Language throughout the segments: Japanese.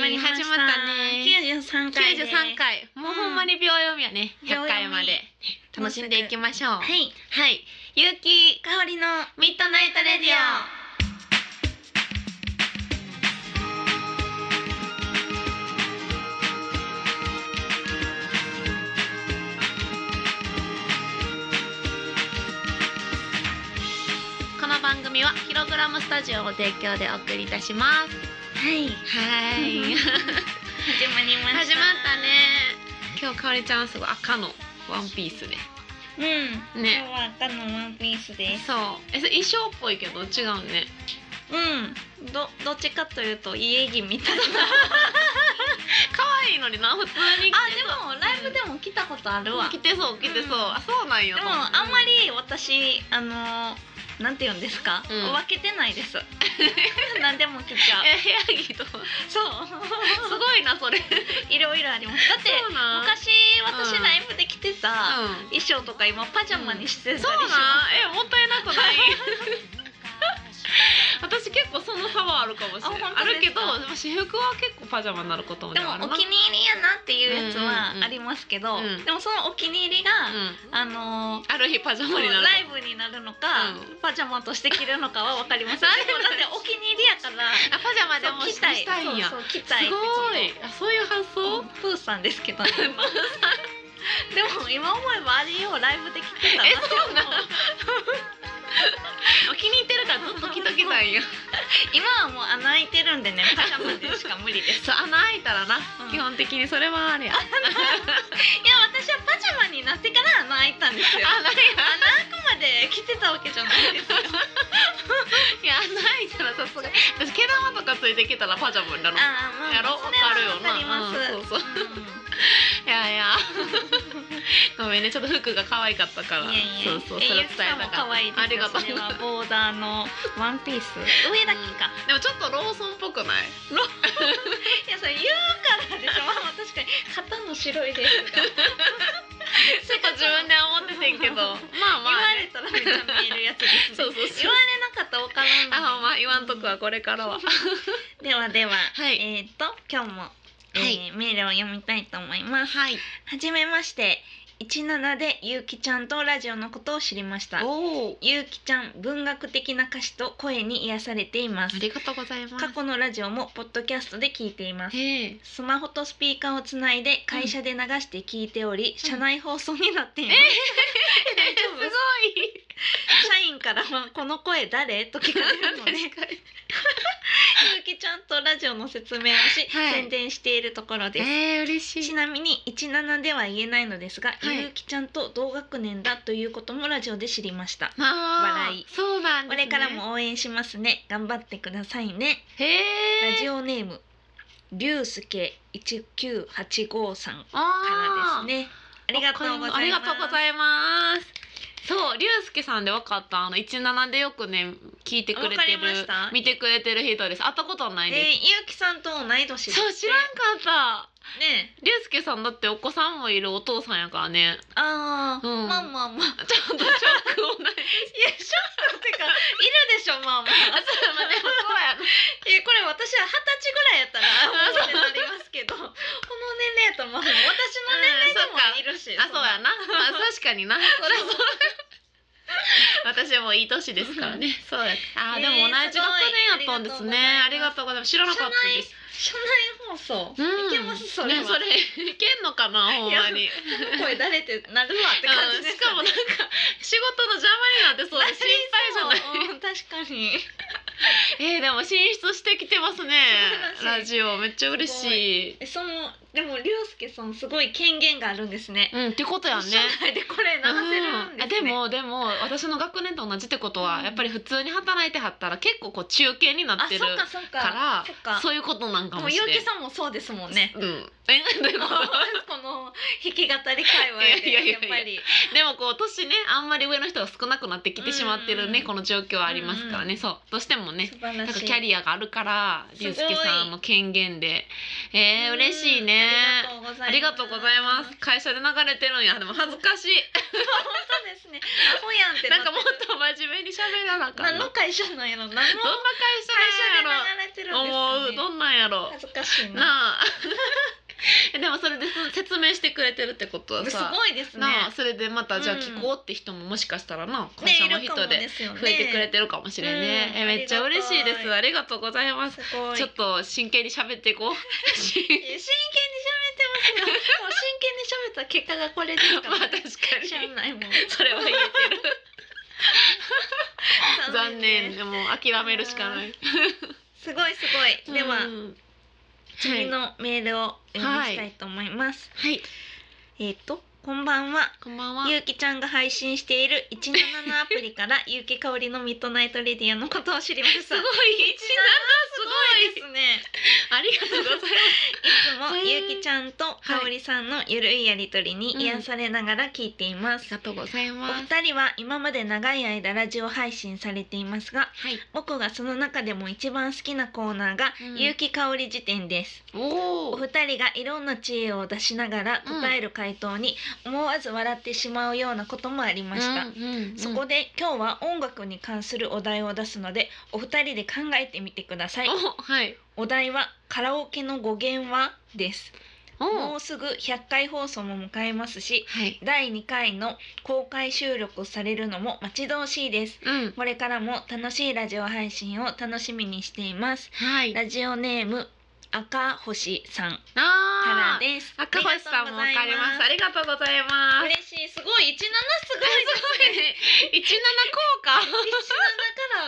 まに始まったね。九十三回93です。回、もうほんまに秒読みやね。100回ま秒で読み楽しんでいきましょう。は。はいい、ゆうき香りのミッドナイトレディオ。この番組はヒログラムスタジオを提供でお送りいたします。はい。は い。始まりました。始まったね。今日かおりちゃんはすごい赤のワンピースで。うん。ね今日は赤のワンピースです。そう。え、それ衣装っぽいけど違うね。うん。どどっちかというと家着みたいな。可愛いのにな普通に着てあでもライブでも来たことあるわ。着でてそう着てそう。うんあ、そうなんや。もあんまり私あのなんて言うんですか、うん分けてない です。何でも来ちゃう。え、部屋着と。すそう。 ごいなそれ。いろいろあります。だってそうなん昔私うんライブで着てたうん。衣装とか今パジャマにしてたりしそうまなんす。えもったいなくない 私結構その差はあるかもしれないああ本当るでけすかどでも私服は結構パジャマになることもでねもあるお な気に入りやなっていうやつはうんうんうんありますけど、うんでもそのお気に入りが、うんあのーある日パジャマになるライブになるのか、うパジャマとして着るのかは分かりませ んでもだってお気に入りやからあパジャマでもそう着たいしたいんやすそごうそう着たいいあそういう発想プーさんですけど、 ね、でも今思えばあれをライブで着てたなえってそうな思のうお気に入ってるからずっと着ときたい んや今はもう穴開いてるんでねパジャマでしか無理ですそう穴開いたらな、うん基本的にそれはあれやあいや私はパジャマになってから穴開いたんです よ穴ないや開くまで着てたわけじゃない ですよいや穴開いたらさすがに私毛玉とかついてきたらパジャマになるもんああまあやろそれはわかるよなわかります、うんそうそういやいや ごめんねちょっと服が可愛かったからいやいやそうそうそれを伝えたか可愛いですありがとうそれはボーダーのワンピース上だけか、 でもちょっとローソンっぽくないいやそれ言うからでしょまあまあ確かに肩の白いですが ちょっと自分で思っててんけどまあ言まわあ、れね、たらめっちゃ見えるやつですねそうそうそう言われなかったら分からんのあほんま言わんとくはこれからはではでは、はいえっ、と今日も、えーはメールを読みたいと思いますはいはじめまして17でゆうきちゃんとラジオのことを知りましたおおゆうきちゃん文学的な歌詞と声に癒されていますありがとうございます過去のラジオもポッドキャストで聞いていますへえスマホとスピーカーをつないで会社で流して聞いており、社内放送になっています、えすごい社員からは「この声誰?」と聞かれるの でゆうきちゃんとラジオの説明をし、はい宣伝しているところです、えー、嬉しちいなみに17では言えないのですが、はいゆうきちゃんと同学年だということもラジオで知りましたあ笑いそうなんこです、ね、れからも応援しますね頑張ってくださいねへえラジオネーム龍介1985さんからあーですねありがとうございますありがとうございますそう、りゅうすけさんでわかったあの一七でよくね聞いてくれてわかりるました見てくれてる人です。会ったことなえいー、でゆうきさんと同い年ですす。そう知らんかっねた。りゅうすけさんだってお子さんもいるお父さんやからね。ああ、うんまあまあ まあいやちょっとショックをない。ショックってかいるでしょまあまああ、そうまあでもそうやな。いやこれ私は二十歳ぐらいやったらあってなりますけどこの年齢やとまあまあ私の年齢でもいるし、あ、そうなやな。まあ確かにな。そりゃそう。 私もいい年ですからね。そうや。あー、でも同じ学年やったんですね。ありがとうございます。知らなかったです。社内放送、うんいけますそれは、ね、それいけんのかなほんまに、声誰ってなるわって感うじんでしすかもなんか仕事の邪魔になってそうで心配じゃないい、うん、確かにえー、でも進出してきてますね素晴らしいラジオめっちゃ嬉しいえそのでも龍介さんすごい権限があるんですねうんってことやね社内でこれ流せるんですね、うんあでもでも私の学年と同じってことは、うんやっぱり普通に働いてはったら結構こう中堅になあってそるうかそうかからそっかそういうことなんかでももしれゆんうきさんもそうですもんねうんえ どうい うこことの弾き語り界隈いやいやいでややっぱりでもこう年ねあんまり上の人が少なくなってきてしまってるね、うんこの状況はありますからね、そうどうしてもね素晴らなんかしいキャリアがあるからすごい龍介さんの権限でえー、嬉しいねうんありがとうございます会社で流れてるんやでも恥ずかしい本当ですねアホやんってなんかもっと前真面目に喋らなあかん何のどんのな会社なんやろ何の会会社なんや社で流れてるろ思んですうかねどんなんやろ恥ずかしいななあ でもそれです説明してくれてるってことはすさごいですねなあそれでまたじゃあうん聞こうって人ももしかしたらな会ね社いのるかも人でですよね増えてくれてるかもしれんねうんえめっちゃ嬉しいですあありがとうございますすごいちょっと真剣に喋っていこう真真剣に喋ってますよ。もう真剣に喋った結果がこれですか まあら、確かにしゃあないもん。それは 言えてる残念ねでも諦めるしかないすごいすごい。では、うん次はいのメールを読みしたいと思います。はいえっ、と、こんばんは。こんばんはゆうきちゃんが配信している177アプリ からゆうきかおりのミッドナイトレディアのことを知りました。すごい す一七すごいです ね。ありがとうございますいつもへーゆうきちゃんとかおりさんのゆるいやりとりに癒されながら聞いていまありすが。とうございおます二人は今まで長い間ラジオ配信されていますがはい僕がその中でも一番好きなコーナーがうん結城香織辞典です、おおお二人がいろんな知恵を出しながら答える回答に思わず笑ってしまうようなこともありました、そこで今日は音楽に関するお題を出すのでお二人で考えてみてくださいおはいお題はカラオケの語源はですおもうすぐ100回放送も迎えますしはい第2回の公開収録されるのも待ち遠しいですうんこれからも楽しいラジオ配信を楽しみにしていますはいラジオネーム赤星さんからあーです赤星さんもわかりますあありがとうございりがとうございますます嬉しいすごい17すごいですすごいね一七効果17か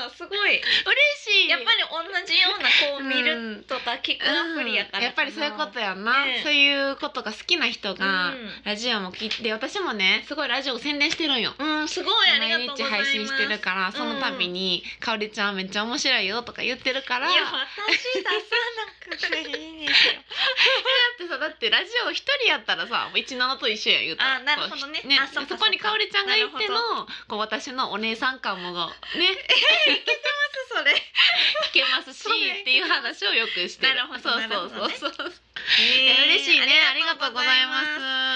らすごい嬉しい やっぱり同じようなこう見るるとか聞くアプリやからかなやっぱりそういうことやんな、ねえそういうことが好きな人が、うラジオも聞いて私もねすごいラジオを宣伝してるんよん、うん、すごいありがとうご毎日ざいます配信してるからその度に「かおりちゃんめっちゃ面白いよ」とか言ってるからいやだ私出さなくていいんですよってさだってラジオ一人やったらさ17と一緒や言うたらあなるほどねこうねあそっかそっかそこにかおりちゃんがいてなるのこう私のお姉さん感もねそれ聞けます しそうねっていう話をよくしてるなるほどそうなるほどねそうそうそうえーえ嬉しいねありがとうございま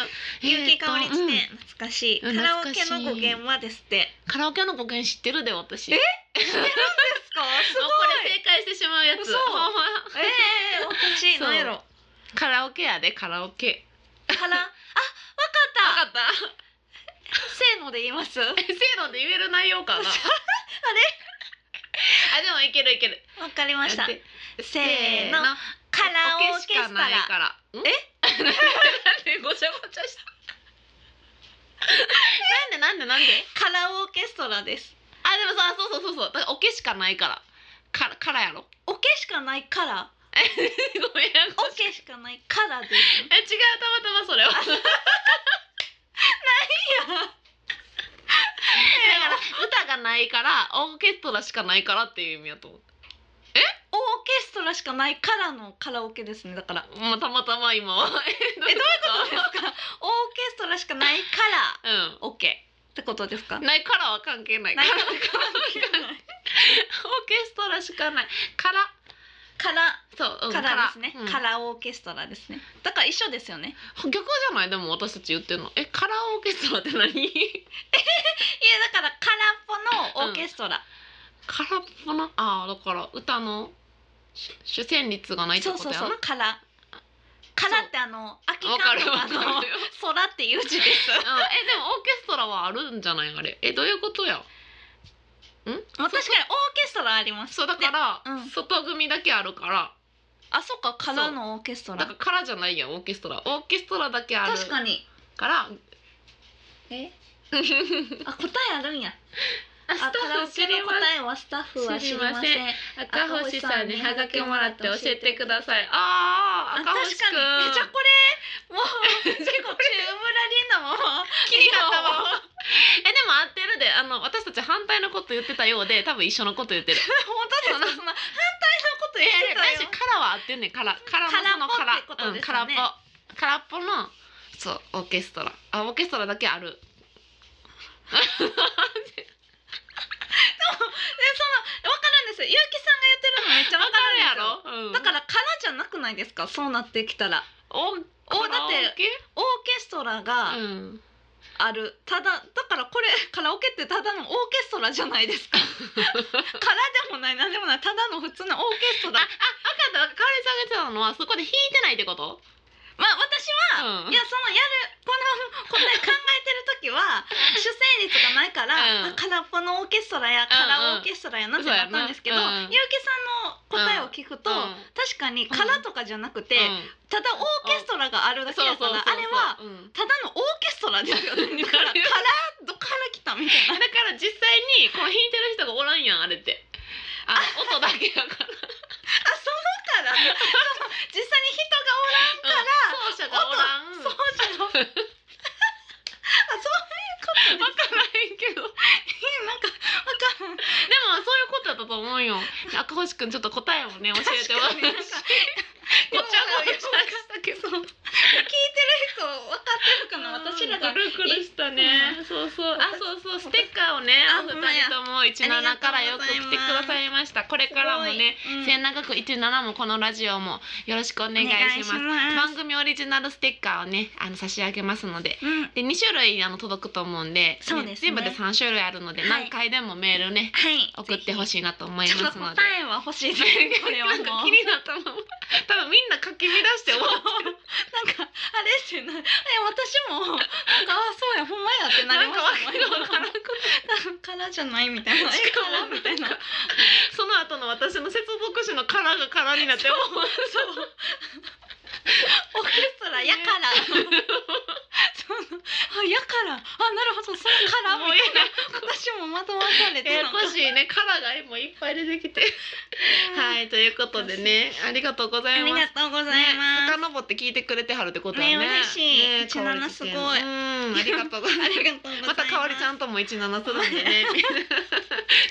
すゆうきかおりえーちとうんね、懐かしい。カうんラオ懐かケしいの語源はですって。カラオケの語源知ってるで私えですか。すもうこれ正解してしまうやつ嘘ほんまええー、おかしい。そうなんやろ。カラオケやでカラオケカラ。あ、わかわっかったた。 せーので言います。わせーので言える内容かなあれあでもいけるいけるかりました。やってせーの。カラオケしたしかないら。からえなんでごちゃごちゃしたなんでなんでなんでカラオケストラです。あでもさそうそうそうそうだからオケしかないからからからやろ オケしかないから。ごめんやオケしかないからです。え違うたまたま それはだから歌がないからオーケストラしかないからっていう意味やと思っオーケストラしかないからのカラオケですね。だから。た、まあ、たまたま今は えどういうそう ですか。オーケストラしかないから。うオッケー。ってことですか。んないからは関係ないから オーケストラしかないからから。そう、うん、カラですね、うんカラオケストラですねだから一緒ですよねいや逆じゃないでも私たち言ってるのえカラオーケストラって何 だから空っぽのオーケストラ、空っぽなあーだから歌の主主旋律がないってそうことそうやなそう空空ってあの空きわか缶るとわかかるよの空っていう字 ですうん、えでもオーケストラはあるんじゃないあれえどういうことやまあ確かにオーケストラありますそうだから、でうん外組だけあるからあそっか空のオーケストラだからからじゃないやんオーケストラオーケストラだけある確かにからえああ答えあるんやあカラオスケタッフ知りのま答えはスタッフは知りません知りま赤星さんにハガキもらって教えてくださいああー確か赤に星くんえじゃあこれもう結構宙ぶらりんなまま気になったわ えでも合ってるであの私たち反対のこと言ってたようで多分一緒のこと言ってる本当ですかそんな反対のこと え言ってえた大よ丈夫カラは合ってんねんカラカラのその空っぽってことですカラようんね空っぽ空っぽのそうオーケストラあオーケストラだけあるでそのわかるんですよ。ゆうきさんが言ってるのめっちゃわわかるかやろ。るやろ、うん、だから空じゃなくないですか。そうなってきたらおおだってオーケストラがうん ある。ただだからこれ空ラオケってただのオーケストラじゃないですか空でもない何でもないただの普通のオーケストあ、ラあ、分かった。かおりさんが言ってたのは、そこで弾いてないってこと。まあ私は、うんいやそのやるこのこれ考えてる時は主旋律がないから、うんあ空っぽのオーケストラやんうん空オーケストラやなってなったんですけど、そうやなうんゆうきさんの答えを聞くと、うん確かに空とかじゃなくて、うんただオーケストラがあるだけそうやかそうそうらそうあれはうんただのオーケストラですよねだから わかる空どっから来たみたいだ な。から実際にこう弾いてる人がおらんやんあれってあの音だけやからあそのからその実際に人がおらん奏者がおらんそうじゃんあそういうことね分からへんけどでもなんかわかんないそういうことだったと思うよ赤星くんちょっと答えをね教えてもらって確かになんかごちゃごちゃしたけど聞いてる人分かってるかな私らがくるくるしたねそうそうあそうそうステッカーをねあおほ二んまや人とも17からよく来てくださいましたこれからもねすごい、うん千長く17もこのラジオもよろしくお願いしますお願いします番組オリジナルステッカーをねあの差し上げますのでうんで2種類あの届くと思うんでそうですね全部で3種類あるので、はい何回でもメールねはい送ってほいしいなと思いちょっまとす答ので。えは欲しいですこれは なんかもう気になったまま多分みんな書き乱して終わってるなんかあれですよねえ私もなんかあそうやほんまやってななりんまかわけのわしか たらんもんくからじゃないみたいなしかもえからみたいななんかその後の私の接続詞の「から」が「から」になってもうそうオーケストラやからそうあやからあなるほどそれからもみうたいなや私もまとまされてやるやこしいね「から」がもういっぱい出てきてはいはいということでねありがとうござあいりますがとうございね、ます、遡って聞いてくれてはるってことはね。ね嬉しいね17香織すごいうん、ありがとうござい まありがとうございす。まますた香織ちゃんとも一七するんでね。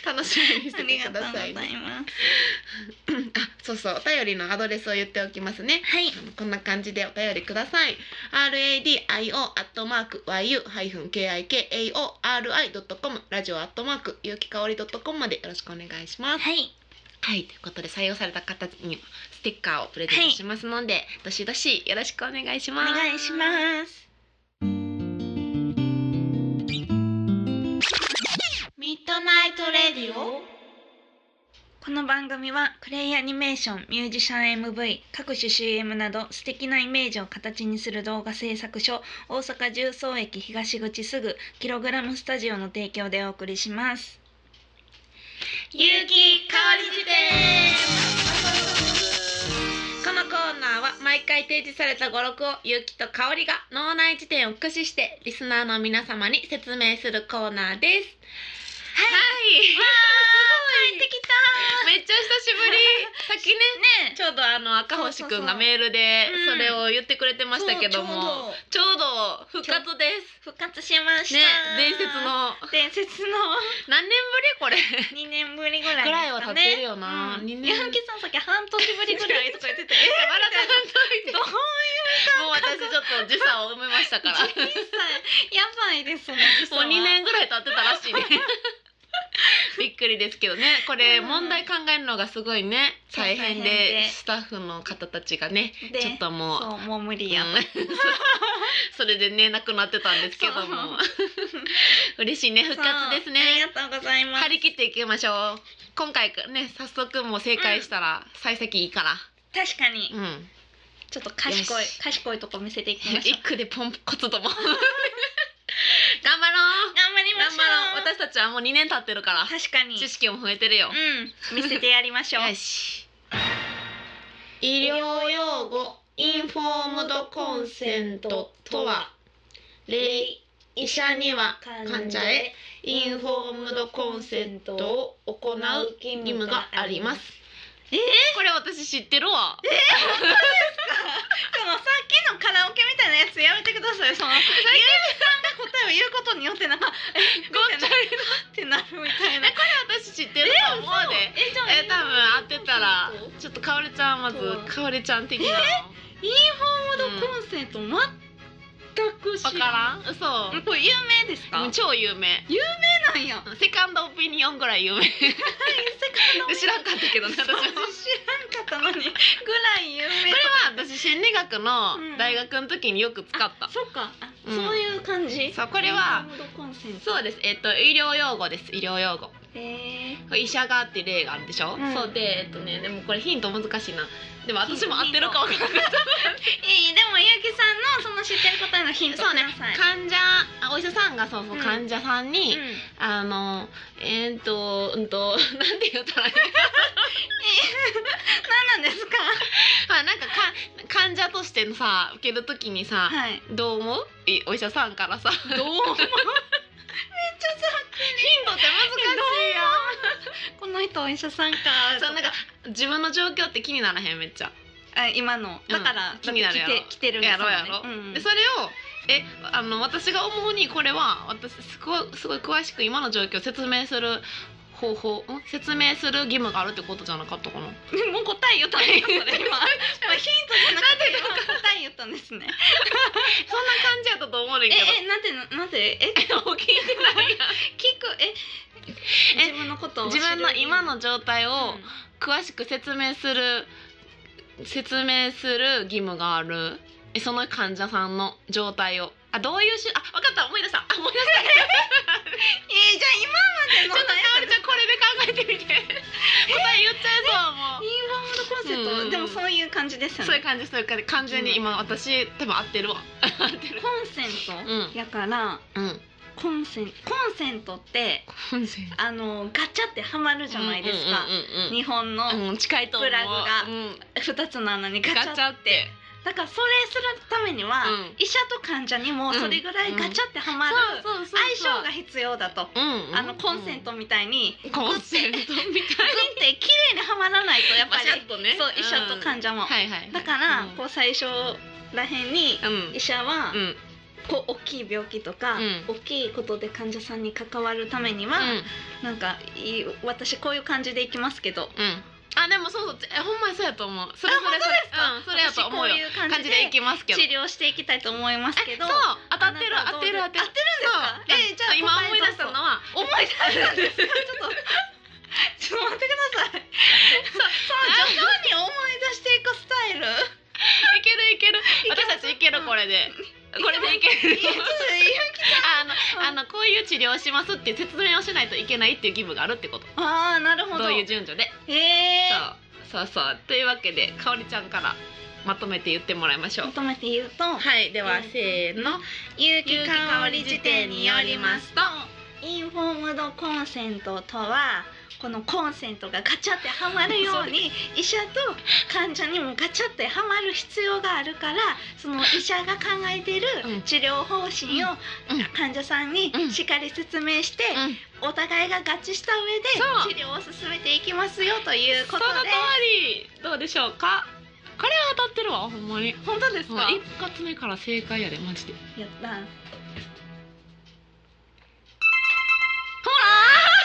楽しみにしててください、ありがとうね。ございます。あ、そうそう、お便りのアドレスを言っておきますね。はい、あのこんな感じでお便りください。R. A. D. I. O. アットマーク Y. U. ハイフン K. I. K. A. O. R. I. ドットコム。ラジオアットマーク有機香りドットコムまでよろしくお願いします。はい、はい、ということで採用された方にはステッカーをプレゼントしますので、どしどしよろしくお願いしおます。願いします。ミッドナイトレディオ。この番組はクレイアニメーション、ミュージシャン MV、各種 CM など素敵なイメージを形にする動画制作所大阪十三駅東口すぐキログラムスタジオの提供でお送りします。有機香り辞典。このコーナーは毎回提示された語録を有機と香りが脳内辞典を駆使してリスナーの皆様に説明するコーナーです。はい。帰ってきた めっちゃ久しぶり。 先ね。ねちょうどあの赤星くんがメールでそれを言ってくれてましたけどそも。うちょうど復活です。ちょうど復活しました。ね、伝説の伝説の。 何年ぶりこ れ。二年ぶりぐらいですかね。ぐらいは経ってるよなうん、二年ヤンキーさんさっき半年ぶりぐらいとか言ってて。 笑えっどうもう私ちょっと時差を埋めましたか ら。人生やばいですね。もう2年ぐらい経ってた らしいね。びっくりですけどねこれうん問題考えるのがすごいね大変大変ででスタッフの方たちがねでちょっともうそうもう無理や。うん それでねなくなってたんですけども 嬉しいね復活ですねそうありがとうございます張。り切っていきましょう今回ね早速もう正解したら幸先いいから確かにうん、ちょっと賢いよし賢いとこ見せていきましょう一。句でポンコツとも 頑張ろう頑張りま 頑し張ょろうう。私たちはもう2年経ってるから確かに。知識も増えてるよ、うん見せてやりましょう。よし 医療用語インフォームドコンセントとは例医者には患者へインフォームドコンセントを行う義務がありますえーこれ私知ってるわそのさっきのカラオケみたいなやつやめてください。そのゆうきさんが答えを言うことによってなんか ごっちゃにってなるみたいなえ。私知ってると思うでえじゃあえ多分当てたらちょっとかおりちゃんまずそうかおりちゃん的なのインフォームドコンセント全く知わからん嘘これ有名ですかもう超有名有名なんやセカンドオピニオンぐらい有名知らんかったけどね私 私知らんもかったのにぐらい有名これは私心理学の大学の時によく使っ た、そっか、あうんそういう感じそうこれはホームドコンセントそうですえっ、と医療用語です医療用語へーこれ医者があって例があるでしょ、うんそうでえっとねでもこれヒント難しいなでも私も合ヒントってるか分からないいいでもゆうきさんのその知ってる答えのヒントそうねください患者あお医者さんがそうそうう、ん患者さんに、うんあのえーっとうんと なんて言ったらいい何なんですかあなんかか患者としてのさ受ける時にさ、はいどう思ういお医者さんからさヒントってどう思うめっちゃさ難しいよこの人お医者さんかそうなんか自分の状況って気にならへんめっちゃ、あ今のだから、気になるやろだって来て来てるんですやもんろねやろ、うんでそれをえあの私が思うにこれは私すごすごい詳しく今の状況を説明する方法ん説明する義務があるってことじゃなかったかなでもう答え言ったんですよそ れ今今ヒントじゃなくて今答え言ったんですねそんな感じやったと思うねんけど。ええなんてななんて ええ、お気に入りないやん聞くええ自分のことを自分の今の状態をを詳しく説明する、説明する義務がある。え、その患者さんの状態を。あ、どういうし、あ、わかった、思い出した。あ思い出した。えー、じゃあ今までちょのっとかおりちゃん、これで考えてみて。答え言っちゃうぞ、もイう。ンフォームドコンセント、うんでもそういう感じですよそういうね感じ、そういう感じ、完全に今、私、多分合ってるわ。合ってる。コンセンうんトやから、うん。コンセンコンセントって本性。あのガチャってはまるじゃないですか、うんうん日本のうんうん。うん、近いと思う。プラグがうん、 2つの穴にガチャガチャって。だからそれするためには、うん医者と患者にもそれぐらいガチャってはまるそうそうそう相性が必要だと、うんうんあのコンセントみたいにうんコンセントみグたいッて綺麗にはまらないとやっぱり、とねそう医者と患者もはいはいはいだから、うんこう最初らへんにうん医者は、うんうんこう大きい病気とか、うん大きいことで患者さんに関わるためには、なんかいい私こういう感じでいきますけどうんあでもそうそうえほんまにそうやと思うそれあそれ本当ですかうんそれやと思うよ私こういう感感じじででいきますけど治療していきたいと思いますけどえそう当たってるあなた当はてるど当うて当てるるんですかえじゃあそう今答え思い出したのは思い出したんですかちょっとちょっと待ってくださいその徐々に思い出していくスタイルいけるいけるいけます私た ちいけるこれでこれでいけるいやちょっといやあのあのこういう治療をしますっていう説明をしないといけないっていう義務があるってことあーなるほどどうえいう順序でえーそうそうそうというわけでかおりちゃんからまとめて言ってもらいましょうまとめて言うとはいではせーの有有機香り辞典によりますとインフォームドコンセントとはこのコンセントがガチャってはまるよう に医者と患者にもガチャってはまる必要があるからその医者が考えているうん治療方針をうん患者さんにうんしっかり説明してうんお互いが合致したそう上で治療を進めていきますよというこそのと通でりどうでしょうかこれは当たってるわほんまに本当ですもうか一発目から正解やでマジでやったーほら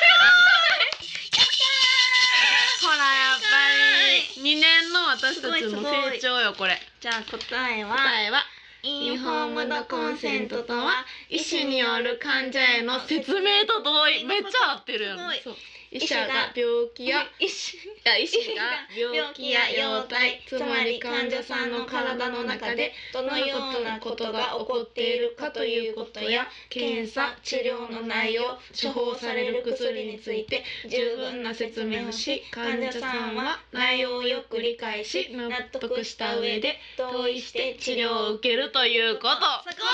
ほらやっぱり2年の私たちの成長よこれじゃあ答えは答えはインフォームドコンセントとは医師による患者への説明と同意めっちゃ合ってるやんすごいそう医医者者がが病気や医師いや医師が病気や容態つまり患者さんの体の中でどどののよよううななここととがが起起ここっってていいるるかかとといいううここととやや検検査査治治療療のの内内容容処処方方さされれるる薬薬ににつついいてて十分十分なな説説明明ををしし患患者さ者さんんはは内内容容ををよよくく理理解解しし納納得得ししたた上で上で同同意意ししてて治治療療をを受受けけるるとといいううここととすごい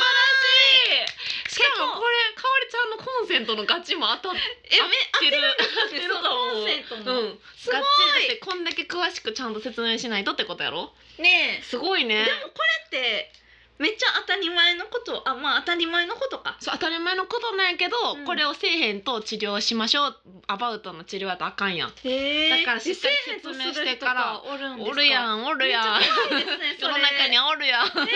しかもこれかおりちゃんのコンセントのガチも当たってえる合ってる合コンセってるとント思もううんすごいガチだってこんだけ詳しくちゃんと説明しないとってことやろめねすごいえでねもこれってめっちゃ当たり前のことあまあ当たり前のことかそう当たり前のことなんやけど、うんこれをせえへんと治療しましょうアバウトの治療やとあかんやんへだからしっかり説明してからおるんですかおるやんおるやんめっちゃ怖いですねそ世れの中におるえやんー、おる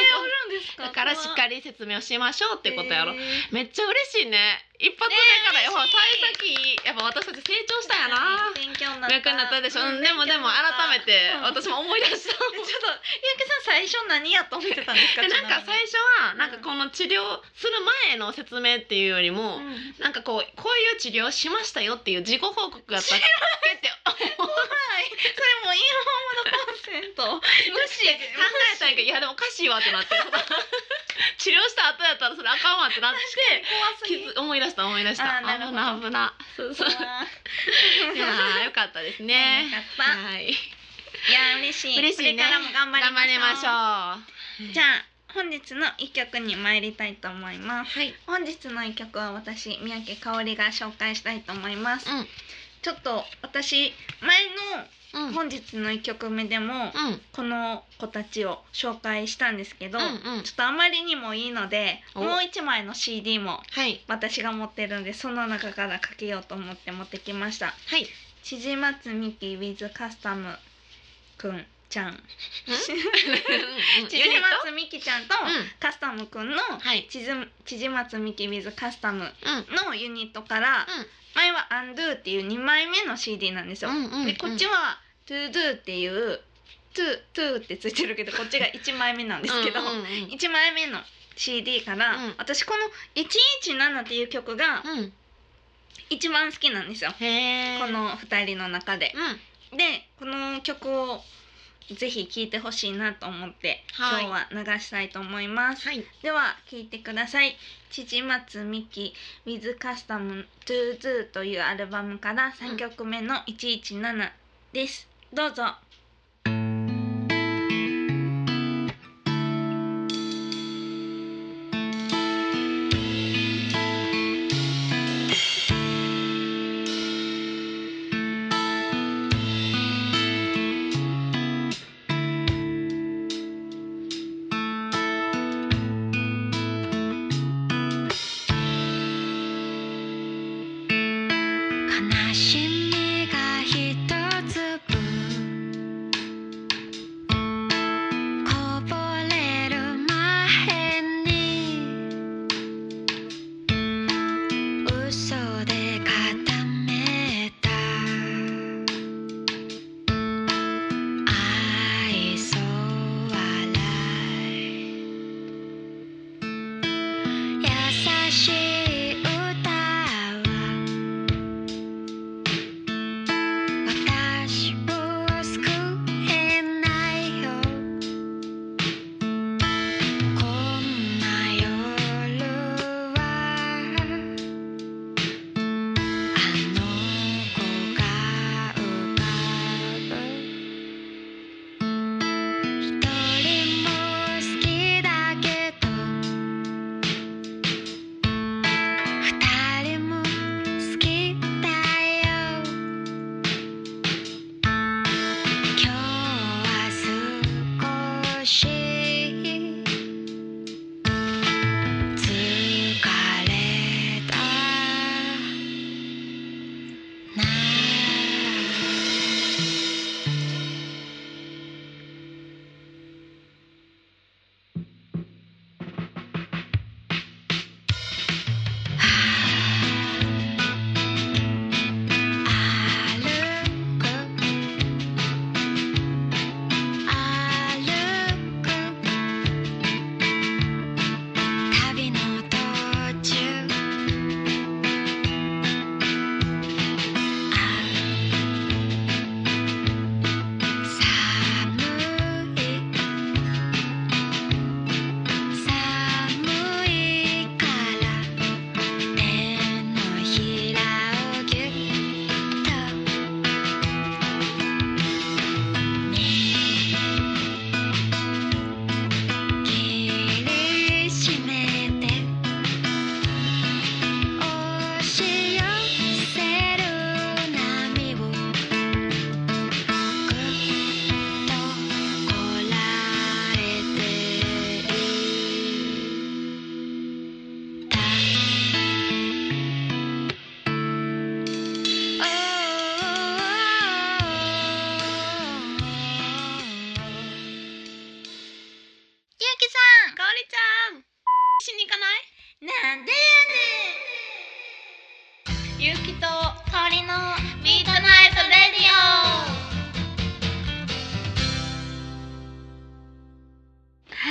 んですかだからしりっかり説明をしましょうってことやろ、えーめっちゃ嬉しいね一発目から、ねやっぱ嬉しい幸先いいやっぱ私たち成長したやな勉強になった楽になったでしょ、ううんん、でもでも改めてうん私も思い出したえちょっと三宅さん最初何やと思ってたんですかでなんか最初はなんかこの治療する前の説明っていうよりも、初なんかこうこういう治療しましたよっていう自己報告があったっけってはい、それもインフォームドコンセント。無視 考えたんやけどいやでもおかしいわっ てなって治療した後やったらそれあかんわってなって怖すぎ き。つ思い出した思い出したあーなるほど危な危なそうそうわーいやーよかったですね よかったはいいや嬉しい。嬉しいねこれからも頑張りましょう。頑張りましょうじゃあ本日の一曲に参りたいと思います。はい本日の一曲は私三宅香織が紹介したいと思います。ちょっと私前うんうのん本日の一曲目でもうんこの子たちを紹介したんですけど。うんうんちょっとあまりにもいいのでおもう一枚の CD もはい私が持ってるんでその中からかけようと思って持ってきましたはい千々松美希 with カスタムくんちゃん千 ユニ々ット松美希ちゃんとうカスタムくんのんはい千々千々松美希 with カスタムうんのユニットから前は「Undo」っていう2枚目の CD なんですようんうんうんでこっちは「ToDo」っていう「To」「To」ってついてるけ どこっちが1枚目なんですけどうんうんうん1枚目の CD から、うん私この「117」っていう曲がうん一番好きなんですよ、へーこの2人の中で。うんでこの曲をぜひ聴いてほしいなと思って、はい今日は流したいと思います。はいでは聴いてください。父松美希 with custom to do というアルバムから3曲目の117です。どうぞ。悲しみがひとつぶ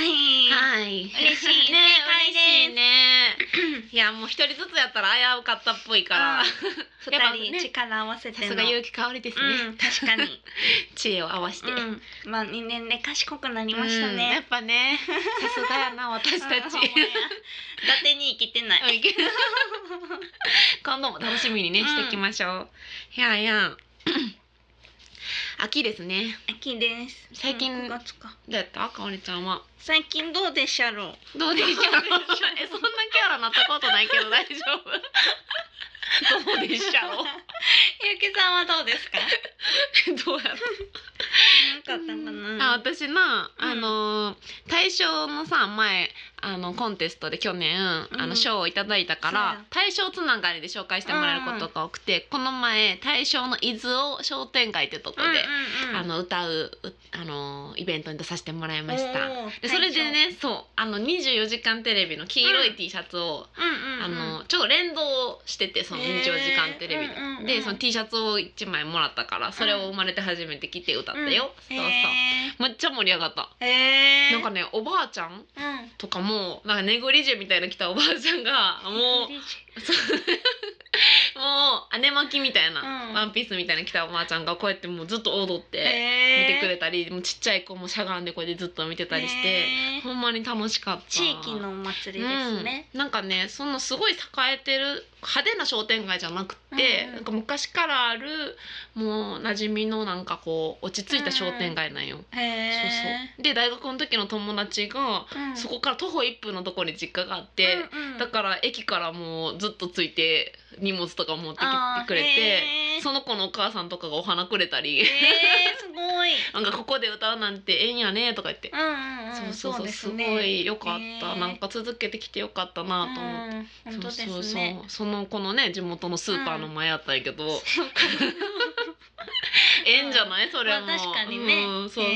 嬉しい。正解ねです嬉しいね いやもう一人ずつやったら危うかったっぽいかうんらやっぱ二人ね力合わせてさの。すが結城かおりですね、うん、確かに。知恵を合わせて、うん、まあ二年で賢くなりましたうんやっね。ぱねさすがや な私たうんほんまちや伊達に生きてない。 今度も楽しみにねうんしていきましょう、いやいや 秋ですね秋です。最近うん五月か。どうやったかおりちゃんは最近どうでしゃろう。どうでしょう えそんなキャラなったことないけど大丈 夫どうでしょうゆうきさんはどうですか。 どうやったなんかあったかあな。私な、うんあのー大賞のさ前あのコンテストで去年、あうのん賞をいただいたかそうらや大賞つながりで紹介してもらえることが多くて、この前大賞の伊豆を商店街ってとこで、うんうんうんあの歌ううあのーイベントに出させてもらいました。おーでそれで。ねそうあの24時間テレビの黄色ういん T シャツを、大将うんうんうん。あのちょっと連動しててそのへ24ー時間テレビで、うんうんうんでその T シャツを1枚もらったからそれを生まれて初めて着て歌ったよ、そうそう、へめっちゃ盛り上がった。ーへーなんかねおばあちゃんうん。とかもなんかネゴリジュみたいなの着たおばあちゃん がもうそうもう姉巻きみたいな、うんワンピースみたいなの着たおばあちゃんがこうやってもうずっと踊って見見てくれたり、もうちっちゃい子もしゃがんでこうやってずっと見てたりして、ほんまに楽しかった。地域のお祭りですね。うん、なんかねそのすごい栄えてる派手な商店街じゃなくて、うんうんなんか昔からあるもう馴染みのなんかこう落ち着いた商店街なんへよ。そうえ。そうで大学の時の友達が、うんそこから徒歩1分のとこに実家があって、うんうんだから駅からもうずっとついて荷物とか持ってきあてーくれへてーその子のお母さんとかがお花くれたりえー、すごい。 「なんかここで歌うなんてええんやね」とか言って、うんうんうん。そうそうそう,、ですねごいよかった、へーなんか続けてきてよかったなと思って。うん本当ですね。そうそうそうその子のね地元のスーパーの前やったんやけど、ええんじゃないそれも、まあ確かにねうん、そうそう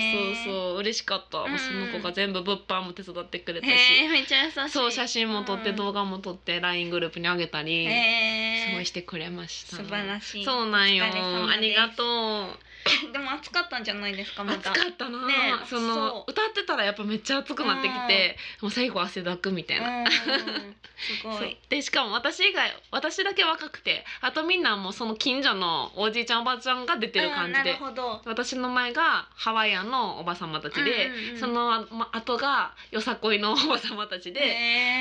そう嬉しかった、もううんその子が全部物販も手伝ってくれたし、へえめっちゃ優しい。そう写真も撮ってうん動画も撮って LINE グループにあげたり、へえすごいしてくれました素晴らしい。そうなんよお疲れ様ですありがとう でも暑かったんじゃないですかま暑だ。かったな、ねそのそう歌ってたらやっぱめっちゃ暑くなってきて、もう最後汗だくみたいな、うんすごそうい。でしかも私以外私だけ若くてあとみんなもうその近所のおじいちゃんおばあちゃんが出てる感うじんなで、るほど。私の前がハワイアンのおばさまたちで、うんうんうんそのあま後がよさこいのおばさまたちで,、へで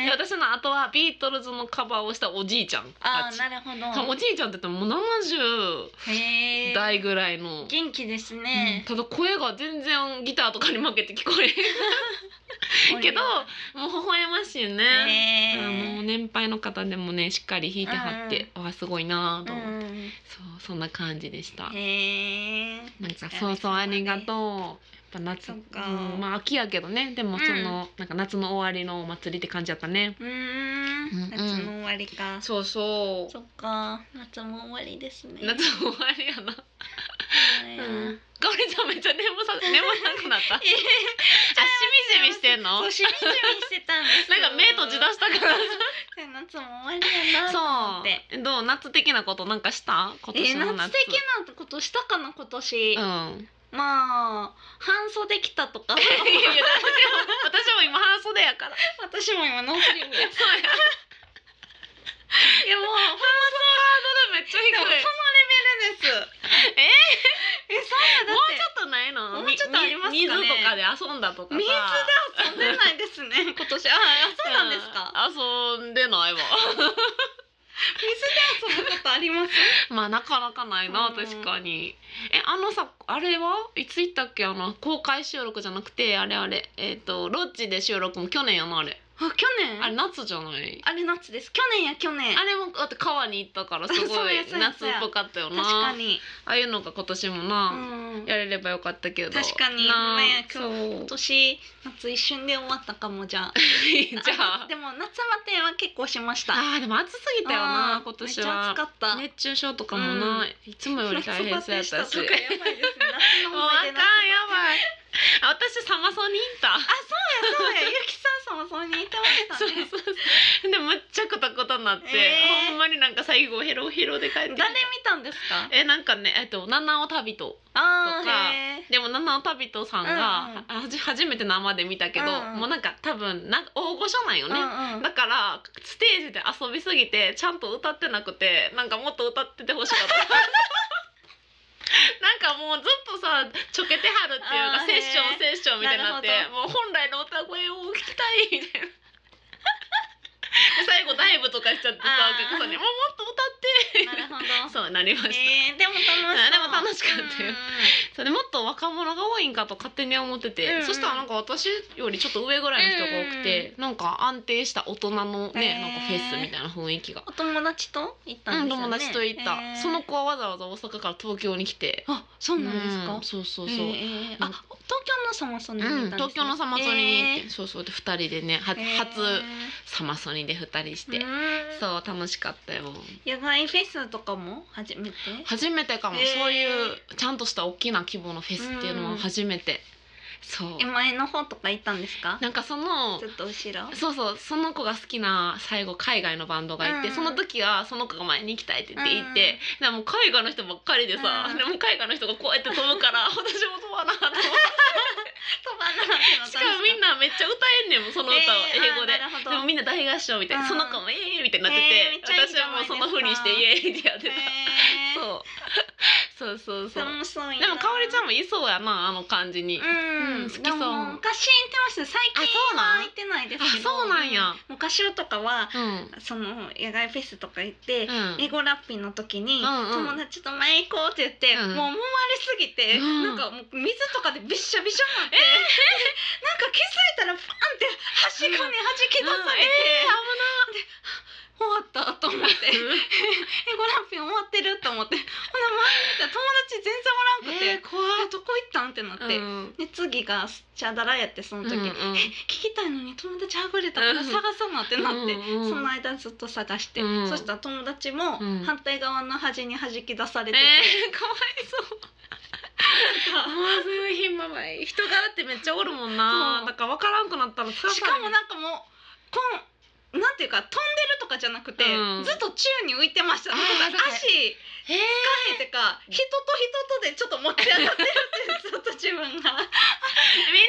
え私の後はビートルズのカバーをしたおじいちゃんあたーちなるほそうおど。じいちゃんって言ってももう70へえ。代ぐらいの、元気ですうんね。ただ声が全然ギターとかに負けて聞こえへんけどもう微笑ましいね。へあのえ。年配の方でもねしっかり弾いてはって、あすごいなぁと思って、うんそうそんな感じでした。へえ。なんかそうそうありがとう。やっぱ夏、そっかうんまあ秋やけどねでもその、なんか夏の終わりのお祭りって感じだったね。うーん。夏の終わりか。そうそう。そっか。夏も終わりですね。夏の終わりやな。いやうん。かおりちゃんめっちゃ眠さ眠たくな った。あしみじみしてんの。なそんうしみじみしてたんですよ。か目閉じ出したから。夏も終わりやなと思って。そう。どう夏的なことなんかした？今え年の夏夏。的なことしたかな今年、うん。まあ半袖着たと かいやいやだって私も今半袖やから。私も今ノースリーブですそうや。いやもうほんまハードルめっちゃ低い。そのレベルですえそんなもだうちょっとないの。もうちょっとありますかねみ水とかで遊んだとかさ。水でって遊んでないですね今年ああそうなんですか、うん遊んでないわ。水で遊ぶことあります まあなかなかないなうん確かに。えあのさあれはいつ行ったっけあの公開収録じゃなくてあれあれえっ、とロッジで収録も去年や なあれ。あ去年あれ夏じゃない。あれ夏です去年や去年あれもだって川に行ったから すそごういやそうや夏っぽかったよな。確かに、ああいうのが今年もうな。ん、やれればよかったけど確かになあまあ今日そう今年夏一瞬で終わったかもじゃあ じゃあでも夏バテは結構しましたあーでも暑すぎたよあなー今年めっちゃは暑かった熱中症とかもな、うんいつもより大 変そうやったし夏バテとかやばいですね夏もうのあかんやいばいあ私サマソニ行ったそうやそうやゆきさん放送に行ってましたそうねそうそうでむっちゃくたことになって、えーほんまになんか最後ヘロヘロで帰ってきた誰見たんですかえなんかねえっと七尾旅人あとーかへーでも七尾旅人さんうんうんが、あはじ初めて生で見たけど、うんうんもうなんか多分な大御所なんよね、うんうんだからステージで遊びすぎてちゃんと歌ってなくてなんかもっと歌っててほしかった なんかもうずっとさちょけてはるっていうあかーセッションへーセッションみたいになってなるもう本来の歌声を聞きたいみたいなで最後ダイブとかしちゃってさあおー客さんに「もうもっと歌って」なるほど そうなりました、えー、でも楽しそうあでも楽しかったようんそれもっと若者が多いんかと勝手に思ってて、うんうんそしたらなんか私よりちょっと上ぐらいの人が多くて、なんか安定した大人のね、へーなんかフェスみたいな雰囲気が、お友達と行ったうんんですよね、友達と行った、えーその子はわざわざ大阪から東京に来てあそうなんですか、うんそうそうえそう、ーあ東京のサマソニに行ったうんん、です、ね東京のサマソニに行って、えそうそうで二人でねは、ー初サマソニで二人して、えーそう楽しかったよ野外フェスとかも初めて初めてかも、へーそういうちゃんとした大きな規模のフェスっていうのは初めて、そうえ前の方とか行ったんですかなんかそのちょっ と後ろそうそうその子が好きな最後海外のバンドがいて、うんその時はその子が前に行きたいって言って行って、でも海外の人ばっかりでさ、うんでも海外の人がこうやって飛ぶから 私も飛ばなあと 思って飛ばなかったしかもみんなめっちゃ歌えんねんもんその歌をえー英語で、あなるほどでもみんな大合唱みたいな、うんその子も「イエーイ!」みたいになって、えーめってちゃいい私じゃなはいもですうかそのふりして「イエーイ!」ってやってうた、そう そうそうそう楽しそうやなでもかおりちゃんもいそうやなあの感じに、うん、うん好きそうでも昔行ってました最あそう近なんは行ってないですけどあそうなんや昔とかはうん、うんその野外フェスとか行って、うんエゴラッピーの時に、うんうん友達と前行こうって言って、うんもう揉まれすぎて、うんなんかもう水とかでびっしゃびしゃになって、なんか気づいたらパンって端っこに弾き出されて、終わったと思ってエゴラッピー終わってると思ってほな前に行ったら友達全危然なおらんくていえ、ー、怖あっどこ行ったんってなって。うんで次がチャダラやってその時、うんうんえ聞きたいのに友達はぐれたから探さなってなって、うんうんその間ずっと探して、うんそしたら友達もうん反対側の端に弾き出されてて、えー、かわいそう。なんかもうすごいひんまばい。人柄ってめっちゃおるもんそ。なうだから分からんくなったらつしかもなんかもうこんなんていうか飛んでるとかじゃなくて、うんずっと宙に浮いてましたあなーんかだから足使ええーてか人と人とでちょっと持って上がってるってずっと自分が。みん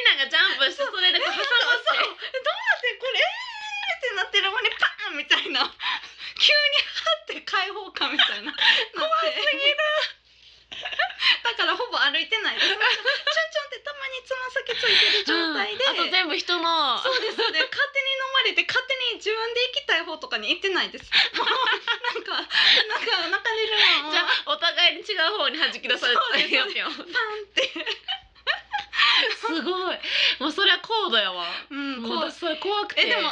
ながジャンプしてそれで 挟まっそうて。えこれえーってなってる間にパーンみたいな 急にハッて開放感みたいな怖すぎるだからほぼ歩いてないですちょんちょんってたまにつま先ついてる状態で、うんあと全部人の。そうですね勝手に飲まれて勝手に自分で行きたい方とかに行ってないですもうなんかなんか泣かれるのもじゃあお互いに違う方に弾き出されてるよぴょんパンってすごい。もうそれは高度やわ。うんもうこう私それ怖くて。えでもあ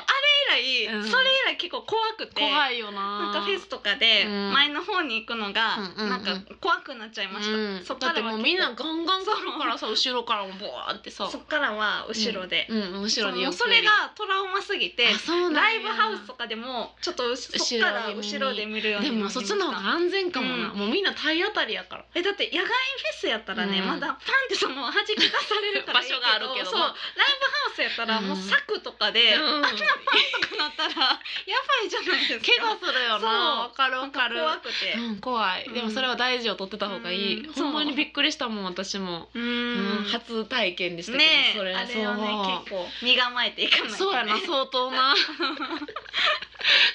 れ以来、うんそれ以来結構怖くて怖いよなな。んかフェスとかでうん前の方に行くのがうんうんうんなんか怖くなっちゃいました、うんそっだかってらはもう結構みんなガンガン来るからさ後ろからもボワーってさそっからは後ろで、うんうん後ろそによのくそれがトラウマすぎてあそうなラんやイブハウスとかでもちょっとそっから後ろで見るようにでなりもましそたっちの方が安全かもな、うんもうみんな体当たりやからえだって野外フェスやったらね、うんまだパンってその弾き出されるからいい 場所があるけどそうライブハウスやったらもう柵とかで、 うんあんなパンとかなったらやばいじゃないですか怪我するよなわかるわかる怖くて、うん、怖いうんでもそれは大事を取ってた方がいい、うんほんまにびっくりしたもん私も、ううんん初体験でしたけど、ねえそれあれをね結構身構えていかないと、ね、そうそうやな相 当な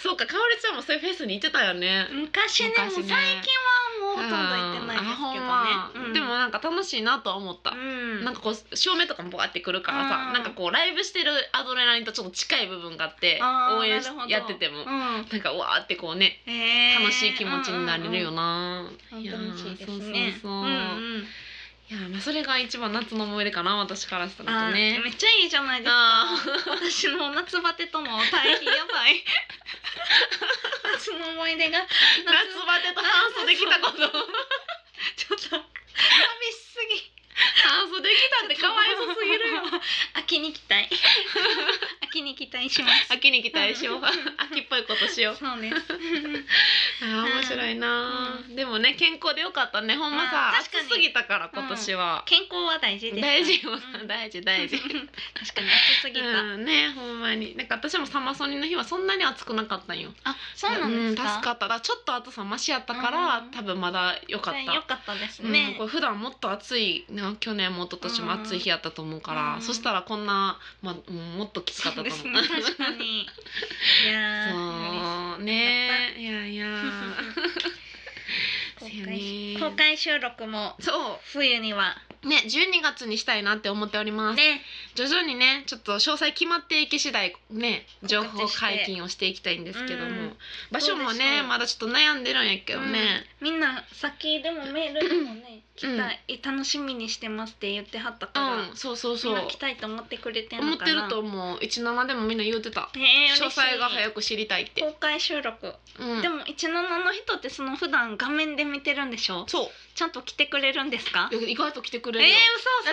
そうかかおりちゃんもそういうフェスに行ってたよね、昔ね昔ねもう最近はもうほとんど行ってないですけどねあほんま、うんでもなんか楽しいなとは思った、うんなんかこう照明とかもバーってくるからさ、うんなんかこうライブしてるアドレナリンとちょっと近い部分があってあー応援しなるほどやっててうも、んなんかわーってこうねへー楽しい気持ちになれるよな、うんうんいやうんー楽しいですねそううんうそうそう、んいやーまあそれが一番夏の思い出かな私からしたあらーとねめっちゃいいじゃないですかあー私の夏バテとの対比やばい夏の思い出が夏バテと半袖着たことちょっと寂しすぎ半袖着たってかわいそうすぎる よ秋に期待秋に期待します 秋に期待しよう秋っぽいことしようそうですあー面白いな、でもね健康でよかったねほんまさまあ確かに暑すぎたから今年は、 健康は大事ですから大事ようん大事大事 確かに暑すぎた、うんねほんまになんか私もサマソニの日はそんなに暑くなかったんよあそうなんですか、助かっただからちょっと暑さマシやったから、うん多分まだ良かっよたかったですね、ねこれ、普段もっと暑いな去年も一昨年も暑い日やったと思うから、うんそしたらこんな、まあ、うんもっときつかったそうとで思う。すね確かにいやーそうねいやいや嬉そうやしいね公開公開収録もそ冬にはうね12月にしたいなって思っております、ね徐々にねちょっと詳細決まっていき次第ね情報解禁をしていきたいんですけども、うん場所どもうでしねょうまだちょっと悩んでるんやけどね、みんな先でもメールでもね「来たい楽しみにしてます」って言ってはったうから、んそうそうみそんうな来たいと思ってくれてん思のっかてなると思う17でもみんな言うてたえー、詳細がく早く知りたいって、公開収録、うん、でも17の人ってその普段画面で見てるんでしょそうちゃんと来てくれるんですかよ意外と来てくえれー、るよ、だ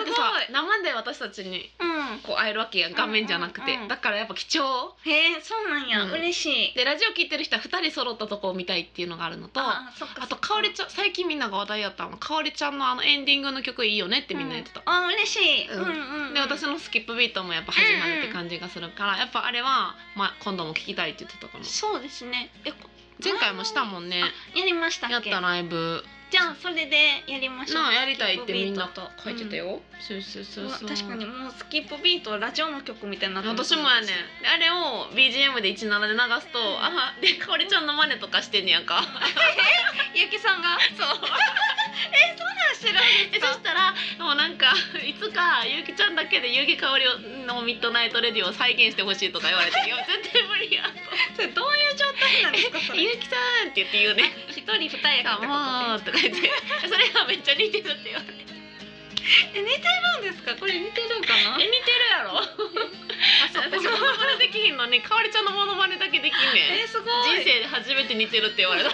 嘘ってすごさい生で私たちにうんこう会えるわけやん画面じゃなくて、うんうんうんだからやっぱ貴重へえそうなんや、うん嬉しいでラジオ聞いてる人は2人揃ったとこを見たいっていうのがあるのとああーそっかとかおりちゃん最近みんなが話題やったのかおりちゃんのあのエンディングの曲いいよねってみんな言ってた、うんあー嬉しい、ううんん、うんうんで私のスキップビートもやっぱ始まるって感じがするから、やっぱあれは、まあ、今度も聞きたいって言ってたかもそうですねえこ前回もしたもんねあやりましたやっっけたライブじゃあそれでやりましょうなあやりたいってみんなスキップビートと書いてたよ、そうそううそんううわそう確かにもうスキップビートラジオの曲みたいになってます私もやねんであれを BGM で17で流すと「あでかおりちゃんの真似とかしてんねやんか」ゆきさんが そう知らんえそしたらもうなんか いつかゆうきちゃんだけでゆうきかおりのミッドナイトレディオを再現してほしいとか言われて「いや絶対無理 や」それどういう状態なんですかそ「れゆうきさん」って言って言うね一人二役って「かことでもう」とか言ってそれがめっちゃ似てるって言われてえ似てるんですかこれ似てるんか「なえ似てるや ろ」 私もモノマネできひんのにかおりちゃんのモノマネだけできんねんえすごい人生で初めて似てるって言われた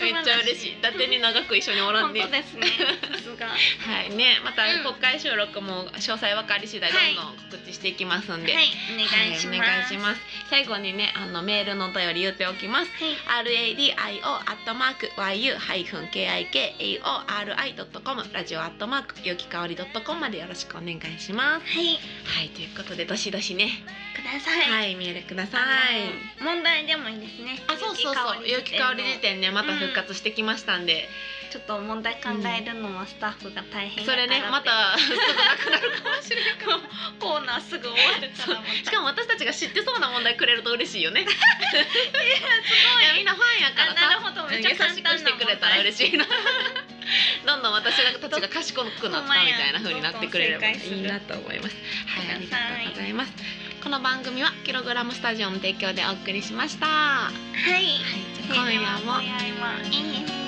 めっちゃ嬉しい伊達に長く一緒におらん本で当ですねさすがはいね、またうん国会収録も詳細分かり次第はいどんどん告知していきますんで、はい、お願いします。はいお願いします最後にねあのメールのお便り言っておきます RADIO アットマーク YU-KIKAORI.com ラジオアットマークゆきかおり .com までよろしくお願いしますはい、はい、はいということでどしどしねください。はい、メールくださいあの問題でもいいですね。あそうそうそうゆきかおり時点ねまた復活してきましたんで、ちょっと問題考えるのはスタッフが大変それね またすぐなくなるかもしれないコーナーすぐ終わるからもしかも私たちが知ってそうな問題くれると嬉し いよね。いやすごいみんなファンやからあなるさ。ほどめ優っしちゃ簡く単な問題してくれたら嬉しいな。どんどん私たちが賢くなったみたいな風になってくれればいいなと思います。はい、ありがとうございます。この番組はキログラムスタジオの提供でお送りしました。ははいい、じゃ今あ今夜夜もも今夜もいいです